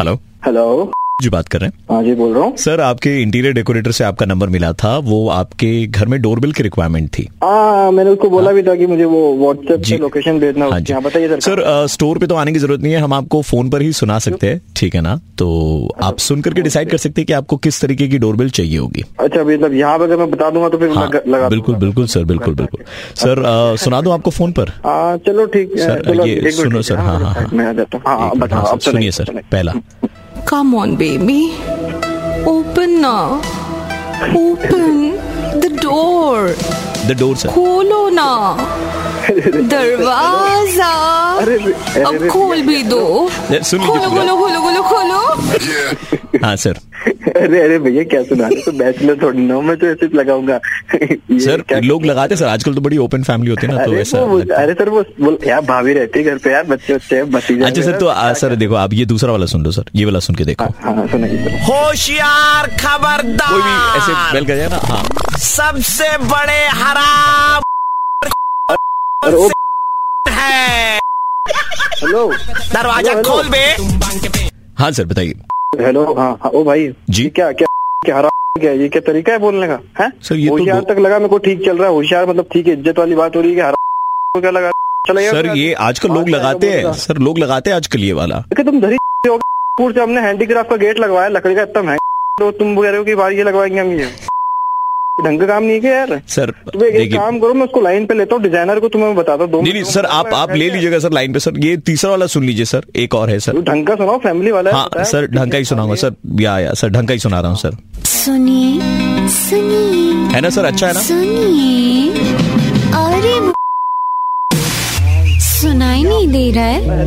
Hello जी बात कर रहे हैं हाँ जी बोल रहा हूँ सर आपके इंटीरियर डेकोरेटर से आपका नंबर मिला था वो आपके घर में डोरबेल की रिक्वायरमेंट थी हाँ मैंने उसको बोला भी था कि मुझे वो व्हाट्सएप जी। पे लोकेशन भेजना हाँ उसकी। जी हाँ बताइए सर सर अ, स्टोर पे तो आने की जरूरत नहीं है हम आपको फोन पर ही सुना सकते हैं ठीक है ना तो आप सुन करके डिसाइड कर सकते हैं कि आपको किस तरीके की डोरबेल चाहिए होगी अच्छा मतलब यहाँ पे अगर मैं बता दूंगा तो फिर हाँ लग- लगा बिल्कुल दूंगा। बिल्कुल सर बिल्कुल बिल्कुल सर अ, सुना दूं आपको फोन पर हाँ चलो ठीक है सर, चलो ये एक मिनट सुनो ठीक है, सर, हाँ, मैं हाँ, साइड हाँ। में आ जाता हूँ हाँ एक मिनट, बताओ हाँ, अब सर, तो सुनिए नहीं सर पहला Come on, baby. Open now. Open the door. The door sir खोलो ना दरवाजा अरे रे, अरे अब रे, खोल भी दो ये सुन लीजिए पूरा। खोलो खोलो खोलो खोलो खोलो हाँ सर अरे अरे भैया क्या सुना रहे हो? तो बैचलर थोड़ी ना हूँ, मैं तो ऐसे ही लगाऊंगा ये सर क्या- लोग लगाते हैं सर आजकल तो बड़ी ओपन फैमिली होती है ना तो अरे ऐसा वो- वो- लगता है। अरे सर वो वो- यार भाभी रहती है घर पे यार बच्चे बच्चे हैं, भतीजा है अच्छा मेरा, सर तो आ, क्या- सर देखो आप ये दूसरा वाला सुन लो सर ये वाला सुन के देखो हाँ हाँ, सुनाइए सर होशियार कोई भी ऐसे खबरदार बेल कर जाए ना हाँ सबसे बड़े हराम अरे ओ है हेलो दरवाजा हेलो, हेलो। खोल बे हाँ सर बताइए हेलो हाँ हाँ ओ भाई जी। ये क्या क्या क्या हरा क्या ये क्या तरीका है बोलने का है सर, ये तो होशियार दो- तक लगा मेरे को ठीक चल रहा है होशियार मतलब ठीक है इज्जत वाली बात हो रही है कि हरा को क्या लगा चला गया सर क्या? ये आजकल लोग आज क्या लगाते बोल हैं रहा? सर लोग लगाते हैं आजकल ये वाला कि तुम धरी हो पूर से हमने हैंडीक्राफ्ट का गेट लगवाया लकड़ी का इतना महंगा तो तुम कह रहे हो कि बाहर ये लगवाएंगे हम ये ढंग का काम नहीं है क्या यार सर तुम तो एक- एक देखिए काम करो मैं उसको लाइन पे लेता हूँ डिजाइनर को तुम्हें बताता हूँ दो नहीं मिनट नहीं में सर बताता आप हूँ, आप है ले क्या? लीजिएगा सर लाइन पे सर ये तीसरा वाला सुन लीजिए सर एक और है सर तो ढंग का सुनाओ फैमिली वाला है, हाँ बताया। सर ढंग का ही सुनाऊंगा सर या या सर ढंग का ही सुना रहा हूँ सर सुनिए सुनिए है ना सर अच्छा है ना सुनिए अरे वो- सुनाई नहीं दे रहा है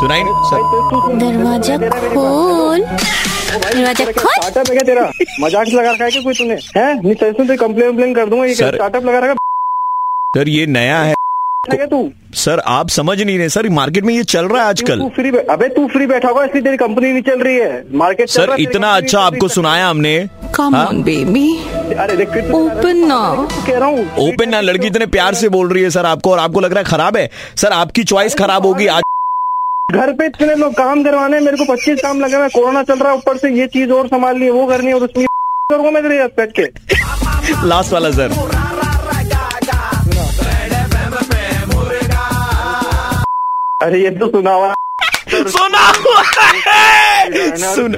सुनाई नहीं सर दरवाजा खोल दरवाजा खोल स्टार्टअप है क्या तेरा मजाक से लगा रखा है क्या कोई तूने है नहीं सही से तो कंप्लेन वम्प्लेन कर दूंगा ये सर- स्टार्टअप लगा रखा सर ये नया है है क्या तू सर आप समझ नहीं रहे सर मार्केट में ये चल रहा है तू आजकल फ्री बै- अबे तू फ्री बैठा हुआ है, इसलिए तेरी कंपनी नहीं चल रही है मार्केट सर इतना अच्छा आपको सुनाया हमने कम हाँ? ऑन बेबी अरे देख फिर तू- Open ना। तू कह रहा हूँ ओपन ना लड़की इतने प्यार से बोल रही है सर आपको और आपको लग रहा है खराब है सर आपकी चॉइस खराब होगी आज घर पे इतने लोग काम करवाने हैं, मेरे को पच्चीस काम लगे हैं कोरोना चल रहा है ऊपर से ये चीज और संभालनी है वो करनी है और उसमें करूंगा मैं तेरे बैठ के लास्ट वाला सर अरे ये तो सुना हुआ है। सुना हुआ है सुन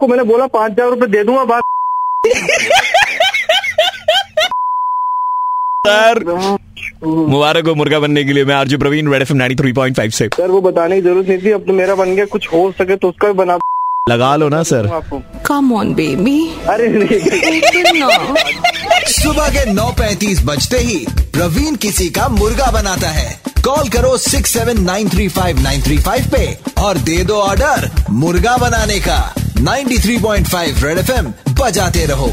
को मैंने बोला पाँच हजार रूपए दे दूंगा बात सर मुबारक हो मुर्गा बनने के लिए मैं आरजी प्रवीण रेड एफएम 93.5 से सर वो बताने की जरूरत नहीं थी अब तो मेरा बन गया कुछ हो सके तो उसका भी बना लगा लो ना सर दूंगा आपको कम ऑन बेबी अरे नहीं ओपन ना सुबह के 9:35 बजते ही प्रवीण किसी का मुर्गा बनाता है कॉल करो 6793593 पे और दे दो ऑर्डर मुर्गा बनाने का 93.5 रेड एफएम बजाते रहो